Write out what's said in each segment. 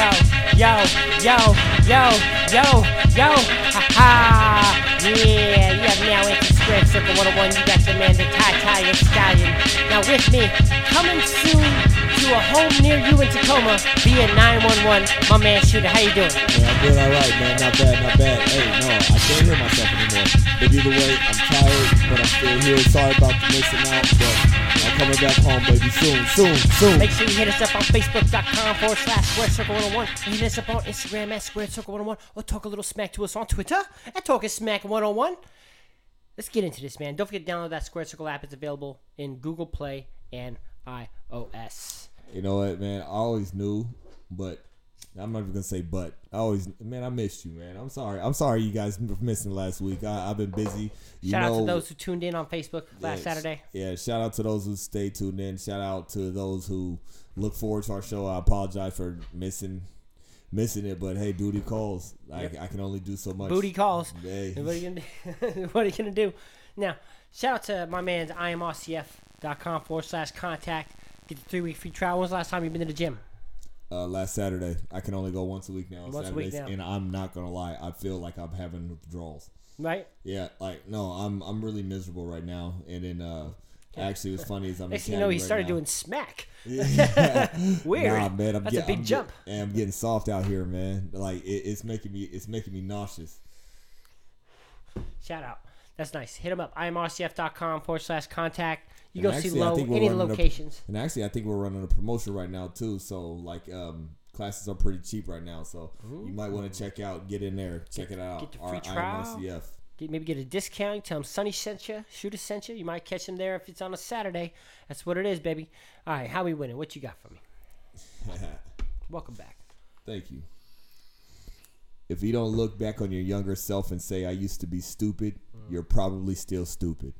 yo, yo, yo, yo, yo, ha ha. Yeah, you have now entered Square Circle 101. You got your man, the Ty Ty and Stallion. Now with me, coming soon to a home near you in Tacoma, via 911. My man Shooter, how you doing? Yeah, I'm doing all right, man. Not bad, not bad. Hey, no, I can't hear myself anymore. But either way, I'm tired, but I'm still here. Sorry about the missing out, but I'm coming back home, baby, soon, soon, soon. Make sure you hit us up on Facebook.com forward slash Square Circle 101. And hit us up on Instagram at Square Circle 101. Or talk a little smack to us on Twitter at Talk Smack 101. Let's get into this, man. Don't forget to download that Square Circle app. It's available in Google Play and iOS. You know what, man? I always knew, but I'm not even gonna say but. I always, man, I missed you, man. I'm sorry. I'm sorry you guys for missing last week. I, I've been busy. You Shout know, out to those who tuned in on Facebook last Yes. Saturday. Yeah, shout out to those who stay tuned in. Shout out to those who look forward to our show. I apologize for missing missing it, but hey, duty calls. I, I can only do so much. Booty calls. Hey. What are you gonna do? what are you gonna do? Now, shout out to my man's imrcf.com forward slash contact. Get the three week free trial. When's the last time you've been to the gym? Uh, last Saturday, I can only go once a week now. on Once a week Saturdays, now. and I'm not gonna lie, I feel like I'm having withdrawals. Right? Yeah, like no, I'm I'm really miserable right now. And then uh, actually, what's funny is I'm Next thing in you know, Cali he right started now. doing smack. Yeah. Weird. Nah, man, I'm That's a get- big I'm get- jump. and I'm getting soft out here, man. Like it, it's making me it's making me nauseous. Shout out. That's nice. Hit him up. imrcf.com forward slash contact. You go And see actually, I low think we're any of the running a- locations. And actually, I think we're running a promotion right now too. So like, um, classes are pretty cheap right now. So you might want to check out, get in there, check it out. get the free our trial. IMRCF. Get, maybe get a discount. Tell him Sunny sent you. Shooter sent you. You might catch him there if it's on a Saturday. That's what it is, baby. All right, how we winning? What you got for me? Welcome back. Thank you. If you don't look back on your younger self and say I used to be stupid, Mm. you're probably still stupid.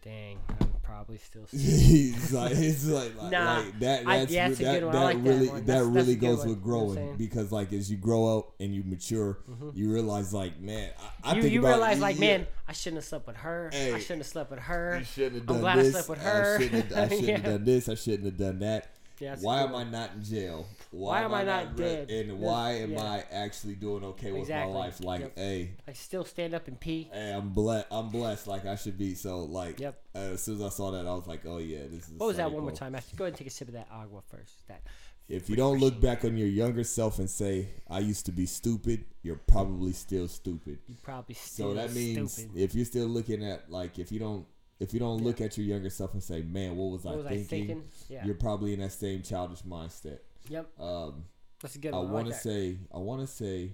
Dang, I'm probably still. He's like, it's like, like, Nah, like that. That's, I- yeah, that's a that, good one. that I like that really one. that, That's- that's really a good goes one. You know what with I'm growing saying? Mm-hmm. because like as you grow up and you mature, you realize like man, I, I You, think you about, realize like, yeah, man, I shouldn't have slept with her. I Hey, shouldn't have slept with her. you shouldn't have I'm done glad this. I slept with her. I shouldn't, have, I shouldn't have Yeah. done this. I shouldn't have done that. Yeah, that's a why good am I not in jail? Why am I not re- dead? And Yeah. why am Yeah. I actually doing okay with my Exactly. life? Like, Yep. hey, I still stand up and pee. hey, I'm blessed. I'm blessed. Like I should be. So like, Yep. uh, as soon as I saw that, I was like, oh yeah, this is. What was that Sonny one more Boy. time? After, go ahead and take a sip of that agua first. That If you don't look back on your younger self and say, I used to be stupid, you're probably still stupid. you probably still. So that means stupid. if you're still looking at like if you don't if you don't look at your younger self and say, Man, what was, What I, was I thinking? thinking? Yeah. You're probably in that same childish mindset. Yep, Um, that's a good I one. I wanna like that. say I wanna say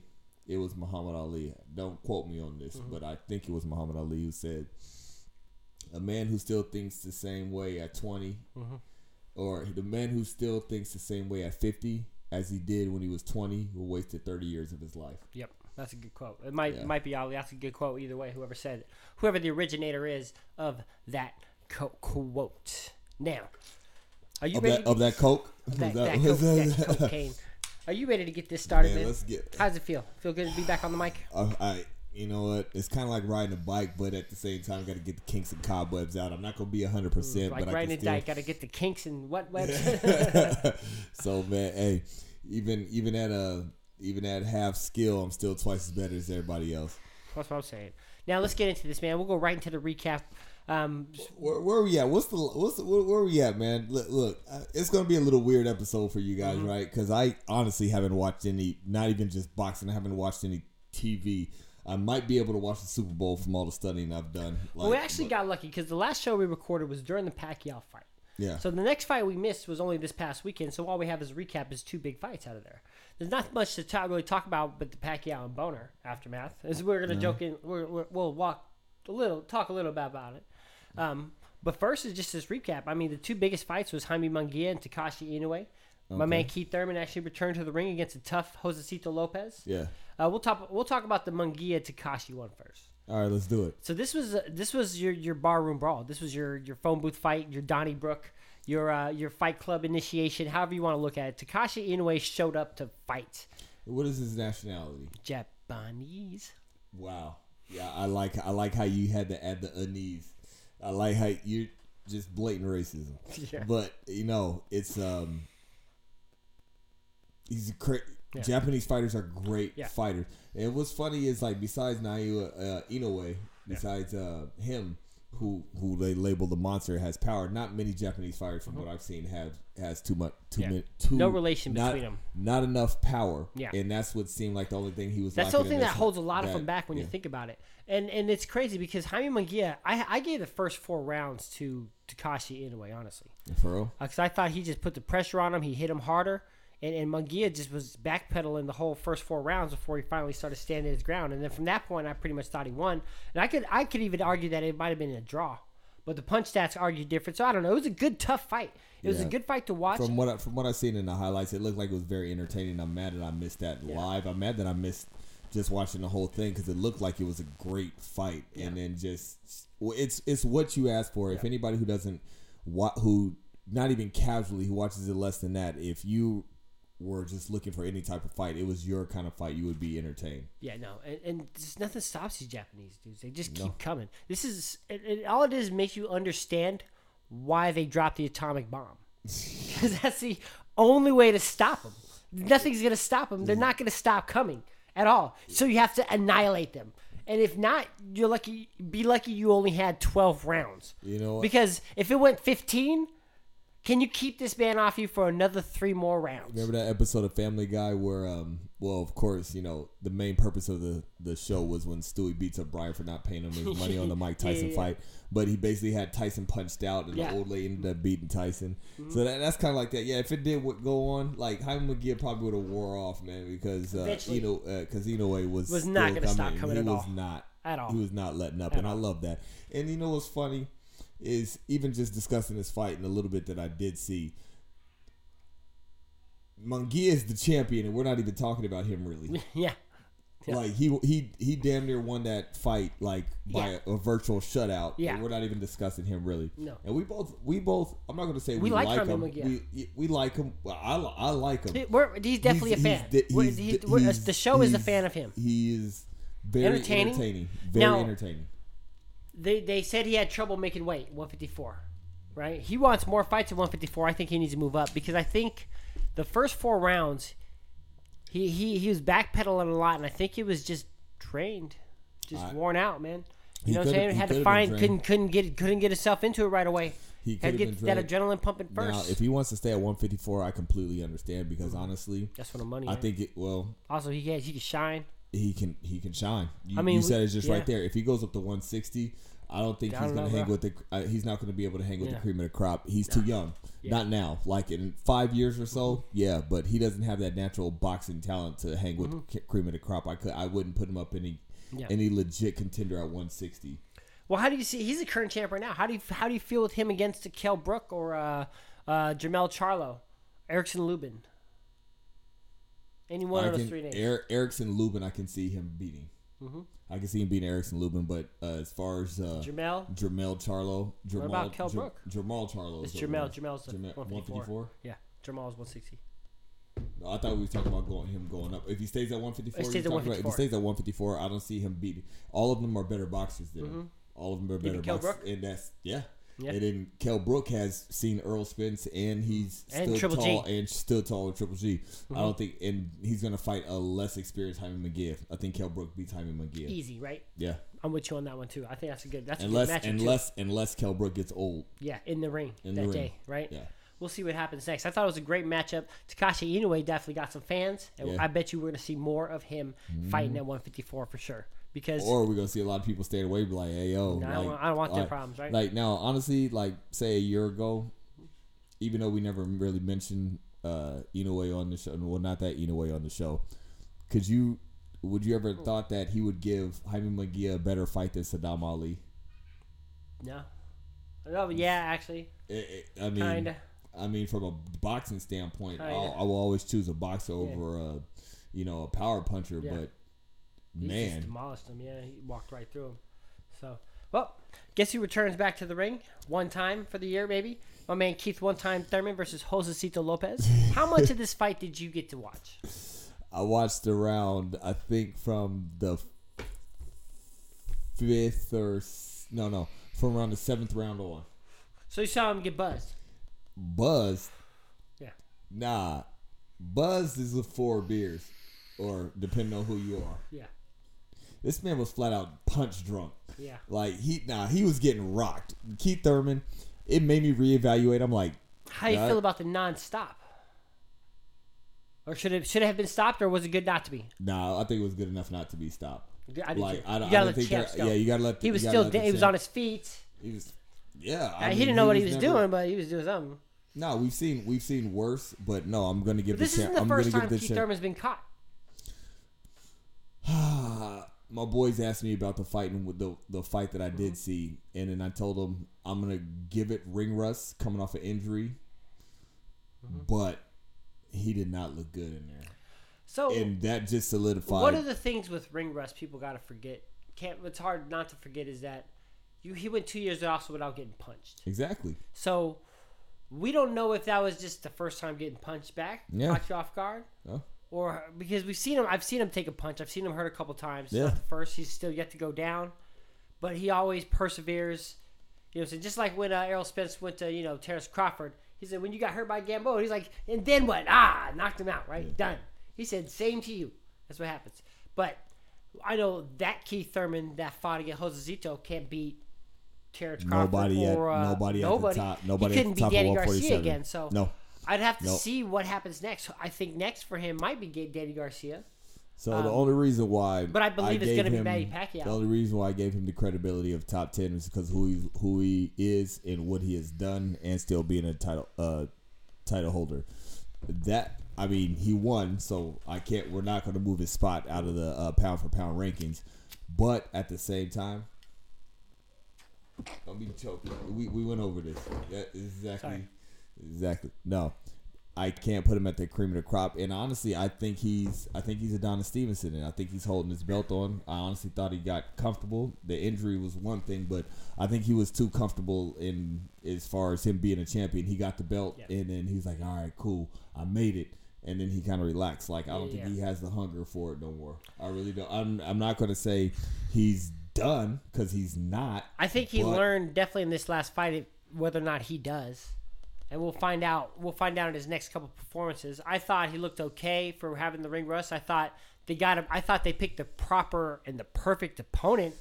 it was Muhammad Ali. Don't quote me on this, Mm-hmm. but I think it was Muhammad Ali who said a man who still thinks the same way at 20 Mm-hmm. or the man who still thinks the same way at 50 as he did when he was 20 will wasted 30 years of his life Yep, that's a good quote. It might Yeah. might be Ali. That's a good quote either way. Whoever said it, whoever the originator is of that co- quote. Now, are you of ready? that, of that coke to that, Was that, was coke- that- that cocaine. Are you ready to get this started, Man, man? let's get- How does it feel? Feel good to be back on the mic? I, I- you know what it's kind of like riding a bike but at the same time got to get the kinks and cobwebs out i'm not gonna be 100% Mm, Like but i riding can a still dyke, gotta get the kinks and what webs. so man, hey, even even at a even at half skill, I'm still twice as better as everybody else. That's what I'm saying. Now let's get into this, man. We'll go right into the recap. Um, Where, where we at? What's the what's the, where, where we at, man? Look, look, uh, it's gonna be a little weird episode for you guys, Mm-hmm. right? Because I honestly haven't watched any, not even just boxing. I haven't watched any TV. I might be able to watch the Super Bowl from all the studying I've done. Like, we actually got lucky because the last show we recorded was during the Pacquiao fight. yeah. So the next fight we missed was only this past weekend. So all we have is a recap is two big fights out of there. There's not much to talk, really talk about, but the Pacquiao and Boner aftermath. As we're gonna joke in, we're, we're, we'll walk a little, talk a little bit about it. Um, but first is just this recap. I mean, the two biggest fights was Jaime Munguia and Takashi Inoue. My man Keith Thurman actually returned to the ring against a tough Josecito Lopez. yeah. Uh, we'll talk. We'll talk about the Munguia Takashi one first. All right, let's do it. So this was uh, this was your your barroom brawl. This was your your phone booth fight. Your Donnie Brook. Your uh, your Fight Club initiation. However you want to look at it. Takashi Inoue showed up to fight What is his nationality? Japanese. Wow. Yeah, I like I like how you had to add the unease. I like how you're just blatant racism. Yeah. But you know, it's um he's a cra- Yeah. Japanese fighters are great Yeah. fighters. And what's funny is like besides Nayu uh, Inoue, besides uh, him, who who they label the monster has power. Not many Japanese fighters, from what I've seen, have has too much Mm-hmm. too Yeah. many too No relation not, between 'em. Not enough power. Yeah. and that's what seemed like the only thing he was. That's the lacking only in thing that this holds a one. lot of That- them back when yeah. you think about it. And and it's crazy because Jaime Munguia, I I gave the first four rounds to Takashi anyway, honestly, For real? because Uh, I thought he just put the pressure on him. He hit him harder, and and Munguia just was backpedaling the whole first four rounds before he finally started standing his ground. And then from that point, I pretty much thought he won. And I could I could even argue that it might have been a draw, but the punch stats argued different. So I don't know. It was a good tough fight. It was a Yeah. good fight to watch. From what I, from what I've seen in the highlights, it looked like it was very entertaining. I'm mad that I missed that live. I'm mad that I missed just watching the whole thing because it looked like it was a great fight. And then just well, it's it's what you ask for. If anybody who doesn't wa- who not even casually who watches it less than that, if you were just looking for any type of fight, it was your kind of fight. You would be entertained. Yeah, no, and, and just nothing stops these Japanese dudes. They just keep coming. This is and, and all it is makes you understand why they dropped the atomic bomb. Because that's the only way to stop them. Nothing's gonna stop them. They're not gonna stop coming at all. So you have to annihilate them. And if not, you're lucky. Be lucky you only had twelve rounds. You know what? Because if it went fifteen, can you keep this man off you for another three more rounds? Remember that episode of Family Guy where, um, well, of course, you know the main purpose of the the show was when Stewie beats up Brian for not paying him his money on the Mike Tyson yeah. fight, but he basically had Tyson punched out, and Yeah. Mm-hmm. the old lady ended up beating Tyson. So that, that's kind of like that. Yeah, if it did what go on, like Jaime McGee probably would have wore off, man, because uh, Eventually. you know, because uh, Inoue was Was not still gonna stop coming He at was all. not At all. He was not letting up, and I love that. And you know what's funny is even just discussing this fight and a little bit that I did see. Munguia is the champion, and we're not even talking about him really. yeah. Yeah. Like he he he damn near won that fight like by a, a virtual shutout. Yeah. and we're not even discussing him really. No. and we both we both I'm not gonna say we, like like, Jaime him. Munguia. We, we like him. Well, I li- I like him. We're, he's definitely He's- a fan. he's de- We're- he's he- de- we're- he's- the show is a he's- fan of him. He is very Entertaining? entertaining. Very Now- entertaining. They, they said he had trouble making weight, 154, right? He wants more fights at 154. I think he needs to move up because I think the first four rounds, he, he, he was backpedaling a lot, and I think he was just drained, just worn out, man. You He know what I'm could've- saying? he Had to could've been find drained. couldn't couldn't get couldn't get himself into it right away. He Had to could've get been that adrenaline pumping first. Now, if he wants to stay at 154, I completely understand because honestly, That's what the money. I is. think it. Well, also he has he can shine. he can he can shine. You, I mean, you we- said it's just yeah. right there. If he goes up to 160, I don't think I he's don't going know, to hang bro. with the. Uh, he's not going to be able to hang with Yeah. the cream of the crop. He's too young. Not now. Like in five years or so, yeah. But he doesn't have that natural boxing talent to hang with the c- cream of the crop. I could. I wouldn't put him up any Mm-hmm. Yeah. any legit contender at 160. Well, how do you see? He's a current champ right now. How do you how do you feel with him against Kel Brook or uh, uh, Jamel Charlo, Erickson Lubin? Any one I of those can, three names? Mm-hmm. Er, Erickson Lubin, I can see him beating. I can see him beating Erickson Lubin, but uh, as far as uh, Jamel. Jermel Charlo, Jermel, about Kell Jer- Brook? Jermel Charlo. It's is the Jamel. one. Jamel's the Jermel- 154. Yeah, Jamel's 160. No, I thought we were talking about going him going up. If he stays at 154, If he stays you're at talking about- if he 154. stays at 154, I don't see him beating. All of them are better boxers than him. All of them are better Mm-hmm. Kell boxers, Brook? and that's yeah. Yeah. And then Kell Brook has seen Earl Spence, and he's And still Triple G. Mm-hmm. tall and still tall with Triple G. I don't think, and he's gonna fight a less experienced Jaime McGill. I think Kell Brook beats Jaime McGill. Easy, right? Yeah, I'm with you on that one too. I think that's a good. That's a unless good matchup too. unless unless Kell Brook gets old. Yeah, in the ring In that the ring. day, right? Yeah. We'll see what happens next. I thought it was a great matchup. Takashi Inoue definitely got some fans, and Yeah. Mm-hmm. I bet you we're going to see more of him fighting at 154 for sure. Because or we're gonna see a lot of people staying away, be like, "Hey, yo, No, I like, don't want- I don't want their like- problems, right? Like now, honestly, like say a year ago, even though we never really mentioned uh Inoue on the show, well, not that Inoue on the show, could you? Would you ever thought that he would give Jaime Munguia a better fight than Saddam Ali? no, no, but yeah, actually, I- I I mean, Kinda. I mean, from a boxing standpoint, Kinda. I'll, I will always choose a boxer over a, you know, a power puncher. Yeah. But He just man, demolished him. Yeah, he walked right through him. So, well, guess who returns back to the ring one time for the year, baby? My man Keith One Time Thurman versus Josecito Lopez. How much of this fight did you get to watch? I watched around. I think from the fifth or s- no, no, from around the seventh round on. So you saw him get buzzed. Buzz, Yeah. nah, Buzz is with four beers, or depending on who you are. Yeah. This man was flat out punch drunk. Yeah. Like he nah, he was getting rocked. Keith Thurman, it made me reevaluate. I'm like, How do you Yeah, I- feel about the non-stop? Or should it should it have been stopped, or was it good not to be? nah, I think it was good enough not to be stopped. Good- I did too. Like I don't, You gotta let I don't think the that, champs go. yeah, you gotta let. The, he was you gotta still let the da- he was champ- on his feet. He was, yeah. I Uh, he mean, didn't know what he was never- doing, but he was doing something. No, we've seen we've seen worse, but no, I'm gonna give This the champ. isn't the I'm first gonna time give Keith the champ. Thurman's been caught. My boys asked me about the fight and with the the fight that I Mm-hmm. did see, and then I told them I'm gonna give it ring rust coming off an injury, Mm-hmm. but he did not look good in there, So and that just solidified. one of the things with ring rust people gotta forget, can't it's hard not to forget is that you he went two years off without getting punched. exactly. So we don't know if that was just the first time getting punched back, Yeah. caught you off guard, Oh, or because we've seen him. I've seen him take a punch. I've seen him hurt a couple times. It's Yeah. Not the first, he's still yet to go down, but he always perseveres. You know, so just like when uh, Errol Spence went to you know Terrence Crawford, he said when you got hurt by Gamboa, he's like, and then what? Ah, knocked him out, right? Done. He said, same to you. That's what happens. But I know that Keith Thurman that fought against Josezito can't beat Terrence Crawford nobody at or uh, nobody at nobody. the top. Nobody he at couldn't the top beat Danny of Garcia 147. again. So no. I'd have to Nope. see what happens next. I think next for him might be Ga- Danny Garcia. So the only reason why, Um, but I believe it's gave gonna be him- Manny Pacquiao. The only reason why I gave him the credibility of top ten is because who he, who he is and what he has done, and still being a title uh, title holder. That I mean, he won, so I can't. We're not going to move his spot out of the uh, pound for pound rankings, but at the same time. Don't be choking. We, we went over this. That is exactly. Sorry. Exactly. No, I can't put him at the cream of the crop. And honestly, I think he's I think he's Adonis Stevenson, and I think he's holding his belt on. I honestly thought he got comfortable. The injury was one thing, but I think he was too comfortable in as far as him being a champion. He got the belt, Yeah. and then he's like, "All right, cool, I made it." And then he kind of relaxed. Like I don't Yeah. think he has the hunger for it no more. I really don't. I'm I'm not gonna say he's done because he's not. I think he But- learned definitely in this last fight it- whether or not he does, and we'll find out. We'll find out in his next couple performances. I thought he looked okay for having the ring rust. I thought they got him. I thought they picked the proper and the perfect opponent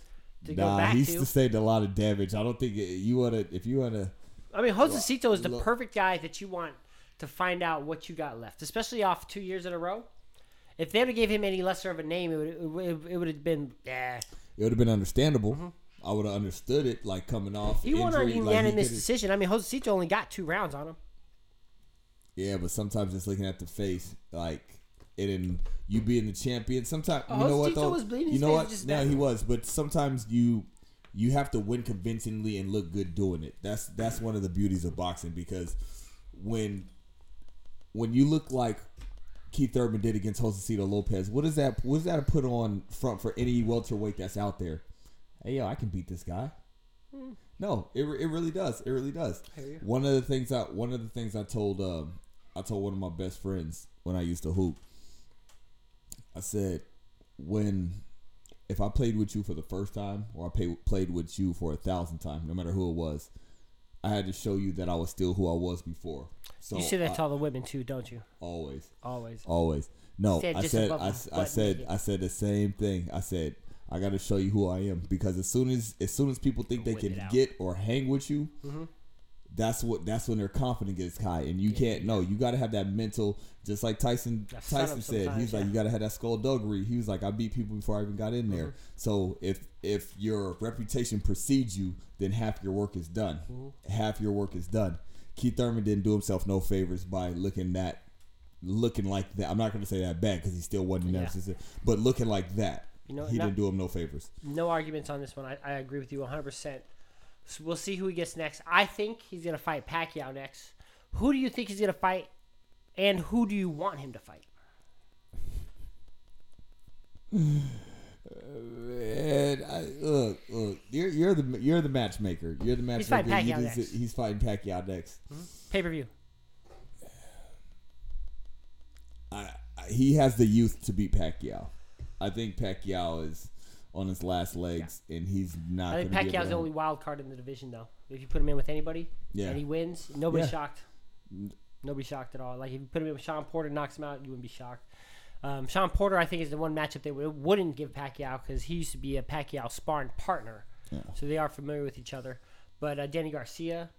to go Nah, back he's to. sustained a lot of damage. I don't think it- you wanna if you wanna. I mean, Josecito is the Look- perfect guy that you want to find out what you got left, especially off two years in a row. If they would have gave him any lesser of a name, it would it would have been eh. yeah. it would have been understandable. I would have understood it, like coming off. He won on injury, like, unanimous could've- decision. I mean, Josecito only got two rounds on him. yeah, but sometimes just looking at the face, like it and you being the champion. Sometimes Oh, you know what Tito though. was bleeding you his know face what? just No, now. he was, but sometimes you you have to win convincingly and look good doing it. That's that's one of the beauties of boxing because when when you look like Keith Thurman did against Josecito Lopez, what is that? What does that put on front for any welterweight that's out there? Hey, yo, I can beat this guy. No, it, re- it really does. It really does. you. One of the things I one of the things I told um I told one of my best friends when I used to hoop. I said, when if I played with you for the first time or I pay, played with you for a thousand times, no matter who it was, I had to show you that I was still who I was before. So You say that I- to all the women too, don't you? always. Always. Always. No, Said I just said above I, his I butt said naked. I said the same thing. I said I got to show you who I am because as soon as as soon as people think they Whip it can out. Mm-hmm. get or hang with you, that's what that's when their confidence gets high and you can't know. You got to have that mental just like Tyson That setup Tyson said. sometimes, He's like yeah. you got to have that skullduggery. He was like I beat people before I even got in there. Mm-hmm. So if if your reputation precedes you, then half your work is done. Mm-hmm. Half your work is done. Keith Thurman didn't do himself no favors by looking that looking like that. I'm not going to say that bad because he still wasn't Yeah. yeah. but looking like that, You know, he not- didn't do him no favors. No arguments on this one. I, I agree with you 100%. So we'll see who he gets next. I think he's going to fight Pacquiao next. Who do you think he's going to fight? And who do you want him to fight? And I, look, look, you're, you're the you're the matchmaker. You're the matchmaker. fighting You Pacquiao just- next. Hmm? he's fighting Pacquiao next. Pay per view. I, I, he has the youth to beat Pacquiao. I think Pacquiao is on his last legs, and he's not. I think gonna be able Pacquiao's to- the only wild card in the division, though. If you put him in with anybody Yeah. and he wins, nobody's Yeah. shocked. Nobody shocked at all. Like if you put him in with Sean Porter, knocks him out, you wouldn't be shocked. Um, Sean Porter, I think, is the one matchup they w- wouldn't give Pacquiao because he used to be a Pacquiao sparring partner, Yeah. so they are familiar with each other. But uh, Danny Garcia,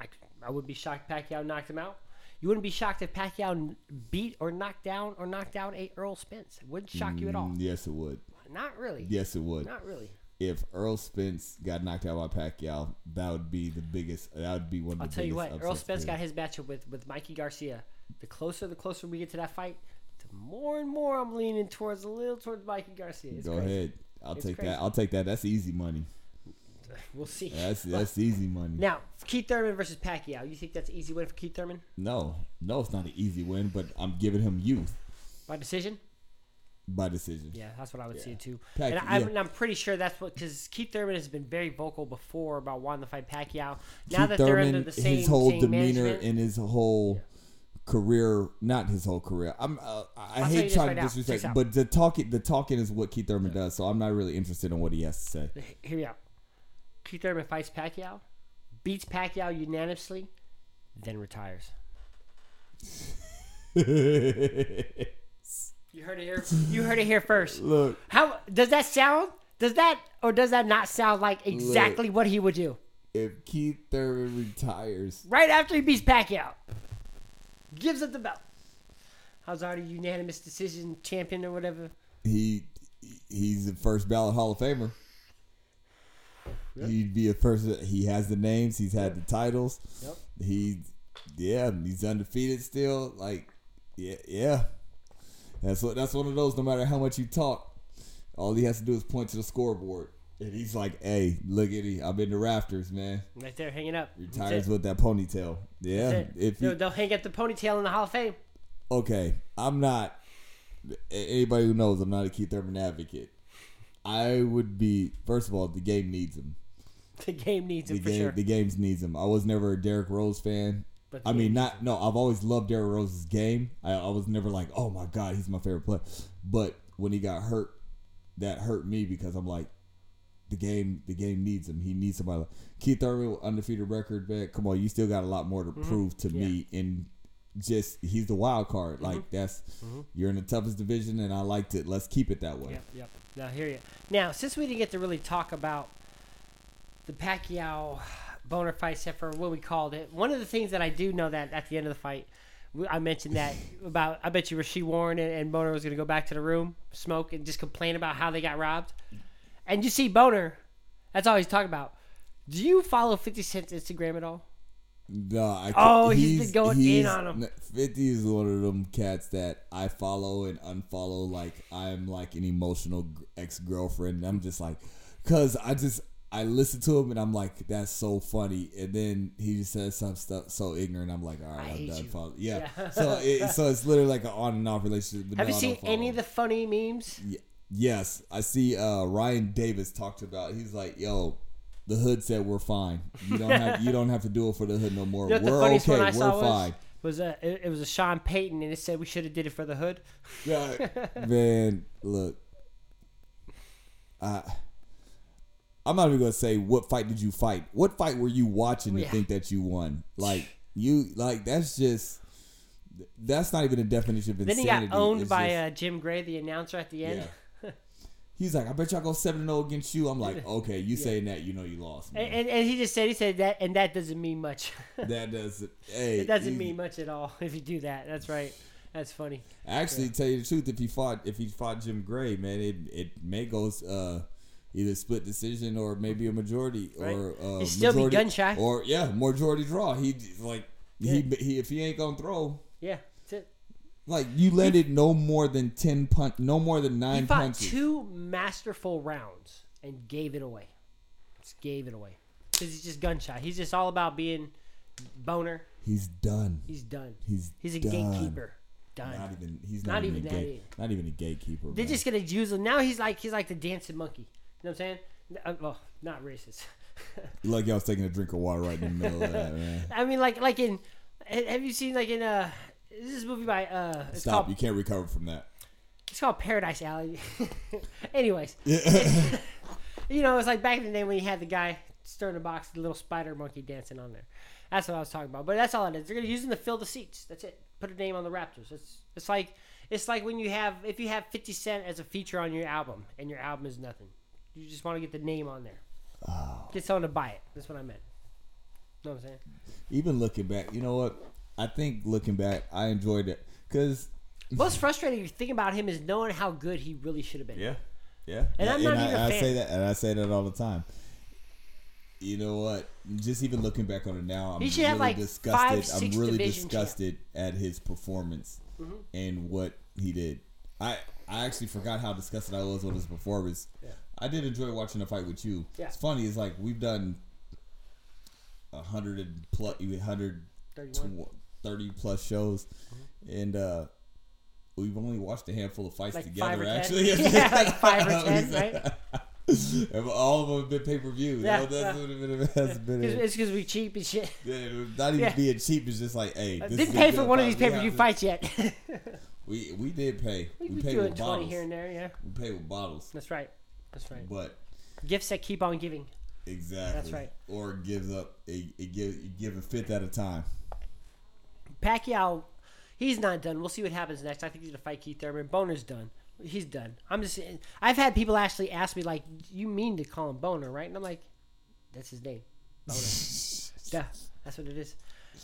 I, c- I would be shocked if Pacquiao knocked him out. You wouldn't be shocked if Pacquiao n- beat or knocked down or knocked out a Earl Spence. It wouldn't shock you at all. Mm, Yes, it would. Not really. Yes, it would. Not really. If Earl Spence got knocked out by Pacquiao, that would be the biggest. That would be one of the I'll tell you biggest what, Earl upsets Spence there. got his matchup with, with Mikey Garcia. The closer, the closer we get to that fight, the more and more I'm leaning towards a little towards Mikey Garcia. It's Go crazy. ahead. I'll It's take crazy. that. I'll take that. That's easy money. We'll see. That's that's easy money. Now, Keith Thurman versus Pacquiao. You think that's an easy win for Keith Thurman No, no, it's not an easy win, but I'm giving him youth by decision? by decision. Yeah, that's what I would see it too. Pac- and I, yeah. and I'm pretty sure that's what because Keith Thurman has been very vocal before about wanting to fight Pacquiao. Keith Now that they're under Thurman, the same his whole same demeanor management, and his whole career, not his whole career. I'm uh, I, I tell you hate this trying right to now. disrespect, Check this out. but the talking the talking is what Keith Thurman does. So I'm not really interested in what he has to say. Here me out. Keith Thurman fights Pacquiao, beats Pacquiao unanimously, then retires. You heard it here. You heard it here first. Look, How does that sound? Does that or does that not sound like exactly what he would do if Keith Thurman retires, right after he beats Pacquiao? Gives up the belt. How's already unanimous decision champion or whatever? he he's the first ballot Hall of Famer. He'd be a first. He has the names. He's had the titles. Yep. He, yeah, he's undefeated still. Like, yeah, yeah. That's what. That's one of those. No matter how much you talk, all he has to do is point to the scoreboard, and he's like, "Hey, look at he. I'm in the rafters, man. Right there, hanging up. Retires with that ponytail. Yeah. That's it. If they'll, you, they'll hang up the ponytail in the Hall of Fame. okay, I'm not. a- Anybody who knows, I'm not a Keith Urban advocate. I would be first of all, the game needs him. The game needs The him for game, sure. the games needs him. I was never a Derrick Rose fan. But I the mean, not no. I've always loved Derrick Rose's game. I, I was never like, oh my god, he's my favorite player. But when he got hurt, that hurt me because I'm like, the game, the game needs him. He needs somebody. Like, Keith Thurman undefeated record back. Come on, you still got a lot more to Mm-hmm. prove to me. And just he's the wild card. Mm-hmm. Like that's you're in the toughest division, and I liked it. Let's keep it that way. Yep, yep. Now here you. Now since we didn't get to really talk about the Pacquiao boner fight, except for what we called it, one of the things that I do know that at the end of the fight, we- I mentioned that about. I bet you Rasheed Warren and, and Boner was going to go back to the room, smoke, and just complain about how they got robbed. And you see Boner, that's all he's talking about. Do you follow Fifty Cent's Instagram at all? No, I can't- Oh, he's been going in on 'em. n- Fifty is one of them cats that I follow and unfollow. Like I'm like an emotional ex girlfriend. I'm just like, cause I just I listen to him and I'm like, that's so funny. And then he just says some stuff so ignorant. I'm like, all right, I'm hate done you. following. Yeah. Yeah. so it, so it's literally like an on and off relationship. Have you seen any of the funny memes? Ye- Yes, I see. Uh, Ryan Davis talked about. He's like, "Yo, the hood said we're fine. You don't have you don't have to do it for the hood no more. You know what the we're funniest okay. one I We're saw fine." was was a it, it was a Sean Payton, and it said we should have did it for the hood. Yeah, man, look, I, I'm not even gonna say what fight did you fight. What fight were you watching to Yeah. think that you won? Like you, like that's just that's not even a definition of Then he insanity. got owned It's by just- uh, Jim Gray, the announcer at the end. Yeah. He's like, I bet y'all go seven and zero against you. I'm like, okay, you saying that, you know you lost. man." And, and, and he just said he said that, and that doesn't mean much. that doesn't. Hey, it doesn't he- mean much at all if you do that. That's right. That's funny. Actually, tell you the truth, if he fought, if he fought Jim Gray, man, it it may go uh, either split decision or maybe a majority or uh, He'd still be majority- gun shy. or yeah, majority draw. He like he, he if he ain't gonna throw. Yeah, that's it. Like you landed no more than ten punch, no more than He nine fought punches. two masterful rounds and gave it away. Just gave it away because he's just gun shy. He's just all about being boner. He's done. He's done. He's He's a done. gatekeeper. Done. Not even he's Not not, even, even a that gate, not even a gatekeeper. They're man. just gonna use him now. He's like he's like the dancing monkey. You know what I'm saying? Uh, well, not racist. Like y'all was taking a drink of water right in the middle of that, man. I mean, like like in ha- have you seen like in uh this is a movie by uh it's Stop! called You can't recover from that. it's called Paradise Alley. Anyways, you know it's like back in the day when you had the guy stirring the box, the little spider monkey dancing on there. That's what I was talking about. But that's all it is. They're gonna use them to fill the seats. That's it. Put a name on the Raptors. It's it's like it's like when you have if you have Fifty Cent as a feature on your album and your album is nothing. You just want to get the name on there. Oh. Get someone to buy it. That's what I meant. Know what I'm saying? Even looking back, you know what? I think looking back, I enjoyed it because Most frustrating thing about him is knowing how good he really should have been. yeah, yeah. And I'm not even a I, fan. say that, and I say that all the time. You know what? Just even looking back on it now, I'm He should really have, like, disgusted. five, I'm six really division disgusted at his performance and what he did. I I actually forgot how disgusted I was with his performance. I did enjoy watching the fight with you. Yeah. It's funny. It's like we've done a hundred and plus, hundred 31. tw- 30 plus shows and uh we've only watched a handful of fights Like five together or ten. actually yeah, like five or ten, right? And all of them have been pay-per-view Yeah, yeah, that's yeah. what it been, that's been Cause, it. it's because we cheap and shit. Yeah, not even yeah. Uh, being cheap it's just like hey this is Didn't a pay good for one of fight. these We pay per view have to- fights yet. we we did pay we, we paid doing with twenty bottles here and there. Yeah, we paid with bottles that's right. That's right. but Gifts that keep on giving. exactly right. or it gives up it, it gives you give a fifth at a time Pacquiao, he's not done. We'll see what happens next. I think he's gonna fight Keith Thurman. Boner's done. He's done. I'm just. saying- I've had people actually ask me like, "You mean to call him Boner, right?" And I'm like, "That's his name, Boner." yeah, that's what it is.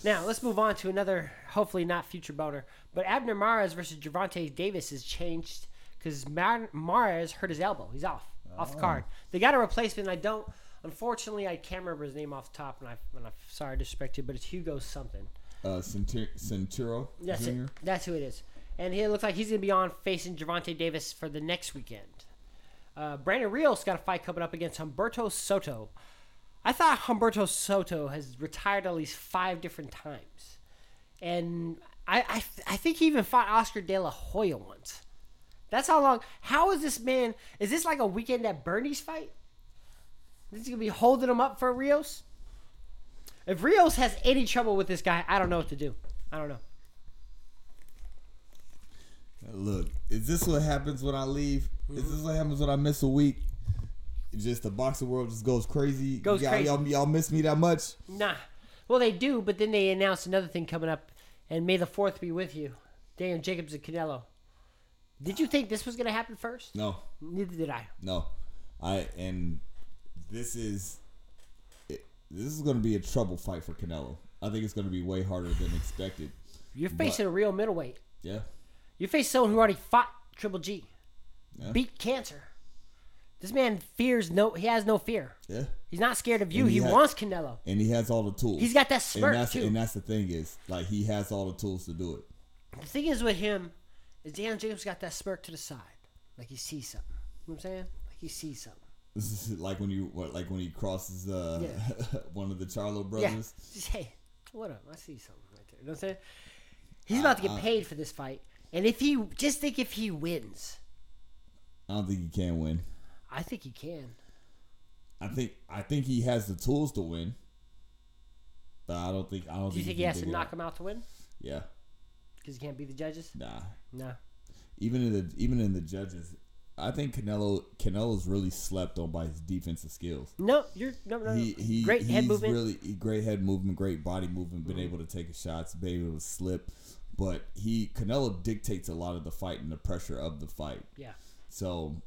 Now let's move on to another, hopefully not future Boner, but Abner Mares versus Javante Davis has changed because Mar- Mares hurt his elbow. He's off, off the card. They got a replacement. I don't. Unfortunately, I can't remember his name off the top, and I, and I'm sorry to disrespect you, but it's Hugo something. uh Centur- Centuro That's Jr. it. That's who it is. And he looks like he's going to be on facing Javante Davis for the next weekend. Uh, Brandon Rios got a fight coming up against Humberto Soto. I thought Humberto Soto has retired at least five different times. And I, I, I think he even fought Oscar De La Hoya once. That's how long. How is this man? Is this like a weekend at Bernie's fight? This is going to be holding him up for Rios? If Rios has any trouble with this guy, I don't know what to do. I don't know. Look, is this what happens when I leave? Mm-hmm. Is this what happens when I miss a week? Just the boxing world just goes crazy. Goes y'all, crazy. Y'all, y'all miss me that much? Nah. Well, they do, but then they announced another thing coming up, and May the Fourth be with you. Dan Jacobs and Canelo. Did you think this was gonna happen first? No, Neither did I. no. I and this is it, this is going to be a trouble fight for Canelo. I think it's going to be way harder than expected. You're facing a real middleweight. Yeah, You face someone who already fought Triple G, Yeah. beat cancer. This man fears no. He has no fear. yeah. He's not scared of you. And He, he had- wants Canelo. And he has all the tools. He's got that and smirk that's too. and that's the thing is like he has all the tools to do it. The thing is with him is Dan Jacobs got that smirk to the side, like he sees something. You know what I'm saying? Like he sees something. This is like when you what, like when he crosses uh, one of the Charlo brothers. Yeah. Just, hey, what up? I see something right there. You know what I'm saying? He's about to Uh, get paid for this fight. And if he just think if he wins, I don't think he can win. I think he can. I think I think he has the tools to win, but I don't think I don't. Do you think he can has dig to it knock out. him out to win? Yeah, Because he can't beat the judges? nah. No. Even in the even in the judges, I think Canelo Canelo's really slept on by his defensive skills. No, you're no no. no. He he Uh, Great head he's movement. Mm-hmm. Really he- great head movement, great body movement, been able to take shots, been able to slip, but he Canelo dictates a lot of the fight and the pressure of the fight. yeah. So,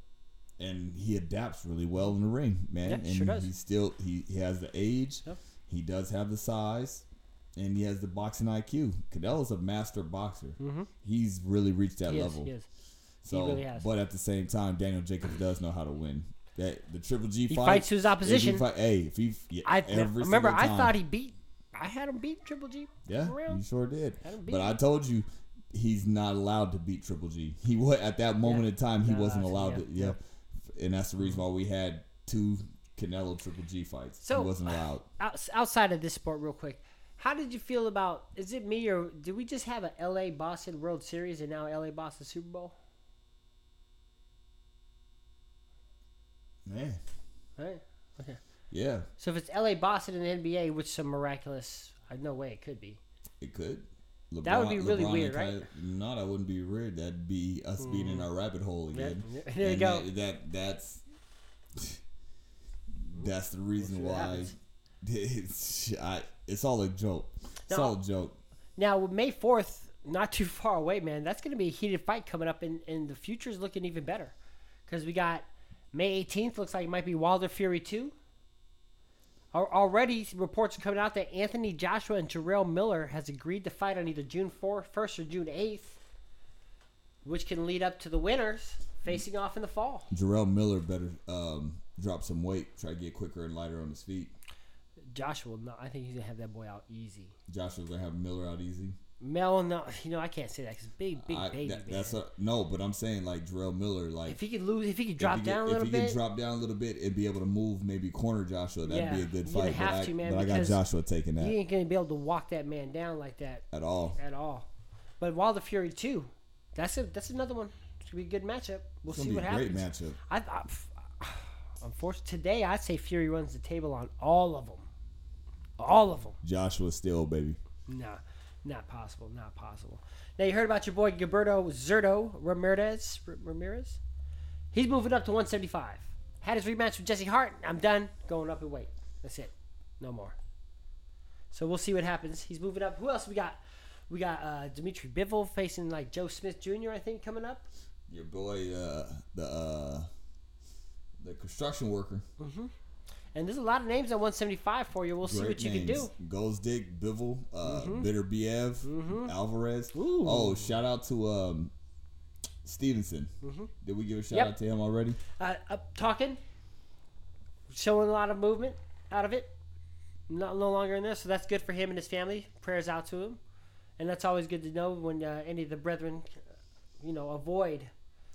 and he adapts really well in the ring, man. Yeah, and sure does. he still he, he has the age, Yep. he does have the size, and he has the boxing IQ. Canelo's a master boxer. He's really reached that Mm-hmm. He is, level. he is. So, really has. but at the same time, Daniel Jacobs does know how to win. That the Triple G He fight, fights his if he opposition. fight- hey, if he yeah, I every remember single I time. thought he beat I had him beat Triple G Yeah, round. you sure did. don't beat But I told you, he's not allowed to beat Triple G. He was at that moment in time he not wasn't allowed allowed to, to. Yeah. and that's the reason why we had two Canelo Triple G fights. So- he wasn't allowed. Outs- outside of this sport real quick. How did you feel about is it me or did we just have a LA Boston World Series and now LA Boston Super Bowl? Man, Right? Okay. yeah, So if it's LA Boston and the NBA, which some miraculous, I no way it could be. it could. LeBron, That would be really LeBron weird, Mm. and Ky- No, that wouldn't be weird. That'd be us being in our rabbit hole again. yeah, there you And go. That, that that's. That's the reason We'll see what why happens. it's I, it's all a joke. It's Now- all a joke. Now, with May 4th, not too far away, man. That's going to be a heated fight coming up, and, and the future's looking even better. Because we got May 18th, looks like it might be Wilder Fury 2. Al- Already, reports are coming out that Anthony Joshua and Jarrell Miller has agreed to fight on either June 4th, 1st or June 8th, which can lead up to the winners facing off in the fall. Jarrell Miller better um, drop some weight. Try to get quicker and lighter on his feet. Joshua, no, I think he's going to have that boy out easy. Joshua's gonna have Miller out easy. Mel, no, you know, I can't say that because big, big I, baby, that- man. that's a, no, but I'm saying like Jarrell Miller, like if he could lose, if he could if drop he could- down a if little he bit. could drop down a little bit and be able to move, maybe corner Joshua, that'd Yeah, be a good you'd fight. have but I, to, man, but I got because Joshua taking that You ain't gonna be able to walk that man down like that at all. at all. But Wilder Fury two, that's a that's another one. It's gonna be a good matchup. We'll It's see gonna be what a great happens. matchup. I, I, unfortunately, today I'd say Fury runs the table on all of them. All of them. Joshua still, baby. Nah, not possible. Not possible. Now you heard about your boy Gilberto Zerto Ramirez. R- Ramirez. He's moving up to 175. Had his rematch with Jesse Hart. I'm done. Going up in weight. That's it. No more. So we'll see what happens. He's moving up. Who else we got? We got uh, Dimitri Bivol facing like Joe Smith Jr. I think coming up. Your boy, uh, the uh, the construction worker. And there's a lot of names at 175 for you. We'll see what you can do. Mm-hmm. Goes Dick, Bivel, uh, Bitter Biev, Alvarez. Ooh. Oh, shout out to um, Stevenson. Did we give a shout Mm-hmm. Yep. out to him already? uh, up talking, showing a lot of movement out of it. Not no longer in there, so that's good for him and his family. Prayers out to him, and that's always good to know when uh, any of the brethren, you know, avoid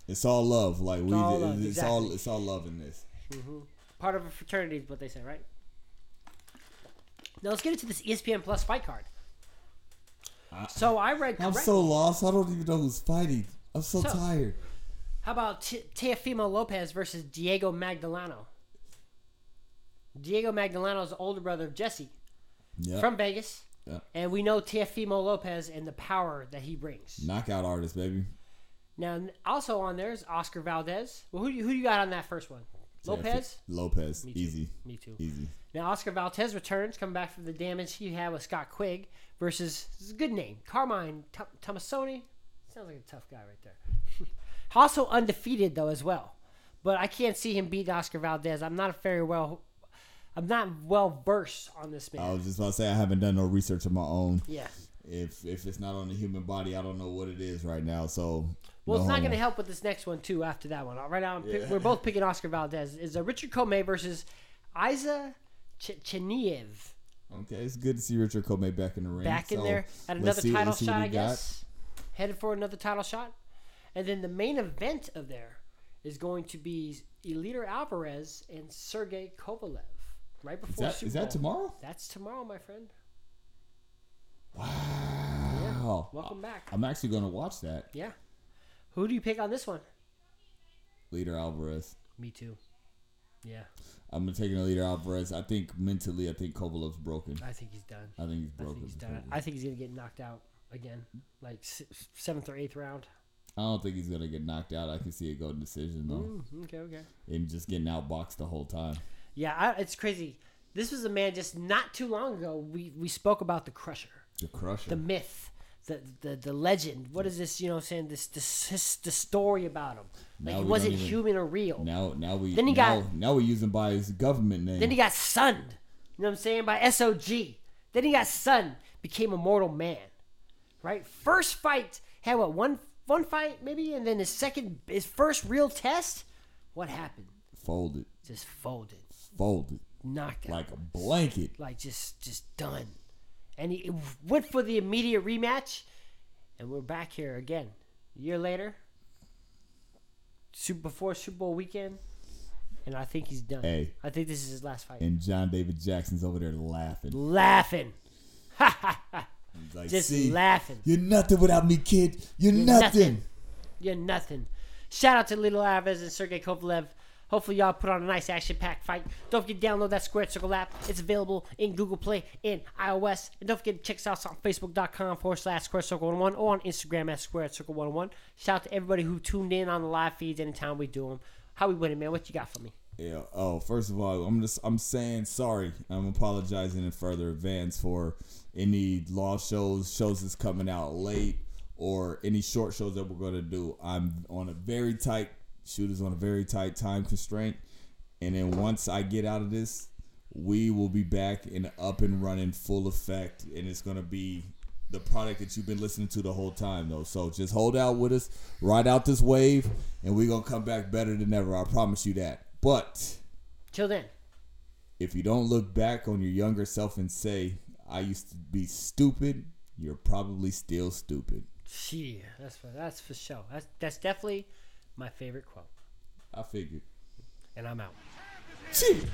It's all love. Like we, all it's, love, all exactly. it's all love in this. part of a fraternity is what they say, right? Now let's get into this E ESPN Plus fight card. So I read. Uh, I'm Correctly. so lost. I don't even know who's fighting. I'm so, So- tired. How about T- Teofimo Lopez versus Diego Magdaleno? Diego Magdaleno is the older brother of Jesse Yeah. from Vegas. yeah. And we know Teofimo Lopez and the power that he brings. Knockout artist, baby. Now, n- also on there is Oscar Valdez. Well, who do you, who do you got on that first one? Lopez? Lopez. too. Easy. Me too. Easy. Now, Oscar Valdez returns, coming back from the damage he had with Scott Quigg versus, this is a good name, Carmine T- Tomasoni. Sounds like a tough guy right there. also undefeated, though, as well. But I can't see him beat Oscar Valdez. I'm not very well, I'm not well versed on this man. I was just about to say I haven't done no research of my own. yeah. If if it's not on the human body, I don't know what it is right now. So Well, no it's not homo. going to help with this next one too. After that one, right now I'm pick, Yeah. we're both picking Oscar Valdez. Is uh, Richard Comey versus Isa Ch- Cheniev Okay, it's good to see Richard Comey back in the ring. back in So, there at let's another see- title let's see what shot? I he got. guess headed for another title shot, and then the main event of there is going to be Eliter Alvarez and Sergey Kovalev right Is before that, Super is that Bowl. tomorrow? That's tomorrow, my friend. Wow. Welcome back. I'm actually going to watch that. Yeah, who do you pick on this one? Leader Alvarez. Me too. Yeah, I'm going to take a Leader Alvarez. I think mentally, I think Kovalev's broken. I think he's done. I think he's I broken. think he's done. I think he's gonna get knocked out again, like s- seventh or eighth round. I don't think he's going to get knocked out. I can see it go to decision, though. okay, okay. And just getting outboxed the whole time. Yeah, I, it's crazy. This was a man just not too long ago. We we spoke about the Crusher, The crusher. the myth, the the, the legend. What is this? You know, what I'm saying this this his, the story about him. Like Now he we don't wasn't even- human or real. now, now we Then he now, got- now we're using by his government name. Then he got sunned. You know what I'm saying? By SOG. Then he got sunned, became a mortal man. Right? First fight had what one one fight maybe, and then his second his first real test. What happened? folded, Just folded, folded knocked out, like, like a blanket. just just done. And he went for the immediate rematch, and we're back here again. A year later, Super before Super Bowl weekend, and I think he's done. Hey. I think this is his last fight. And John David Jackson's over there laughing. laughing. He's like, Just "See, laughing. You're nothing without me, kid. You're, nothing. nothing. You're nothing. Shout out to Little Alvarez and Sergey Kovalev. Hopefully y'all put on a nice action-packed fight. Don't forget to download that Squared Circle app. It's available in Google Play and iOS. And don't forget to check us out on Facebook.com forward slash Squared Circle 101 or on Instagram at Squared Circle 101. Shout out to everybody who tuned in on the live feeds anytime we do them. How we winning, man? What you got for me? Yeah. Oh, first of all, I'm just I'm saying sorry. I'm apologizing in further advance for any lost shows, shows that's coming out late, or any short shows that we're gonna do. I'm on a very tight shooters on a very tight time constraint, and then once I get out of this, we will be back and up and running full effect, and it's gonna be the product that you've been listening to the whole time though. So just hold out with us, ride out this wave, and we're gonna come back better than ever. I promise you that. But Till then, if you don't look back on your younger self and say, I used to be stupid, you're probably still stupid. gee, that's for that's for show. That's that's definitely my favorite quote. I figured. And I'm out. Shit.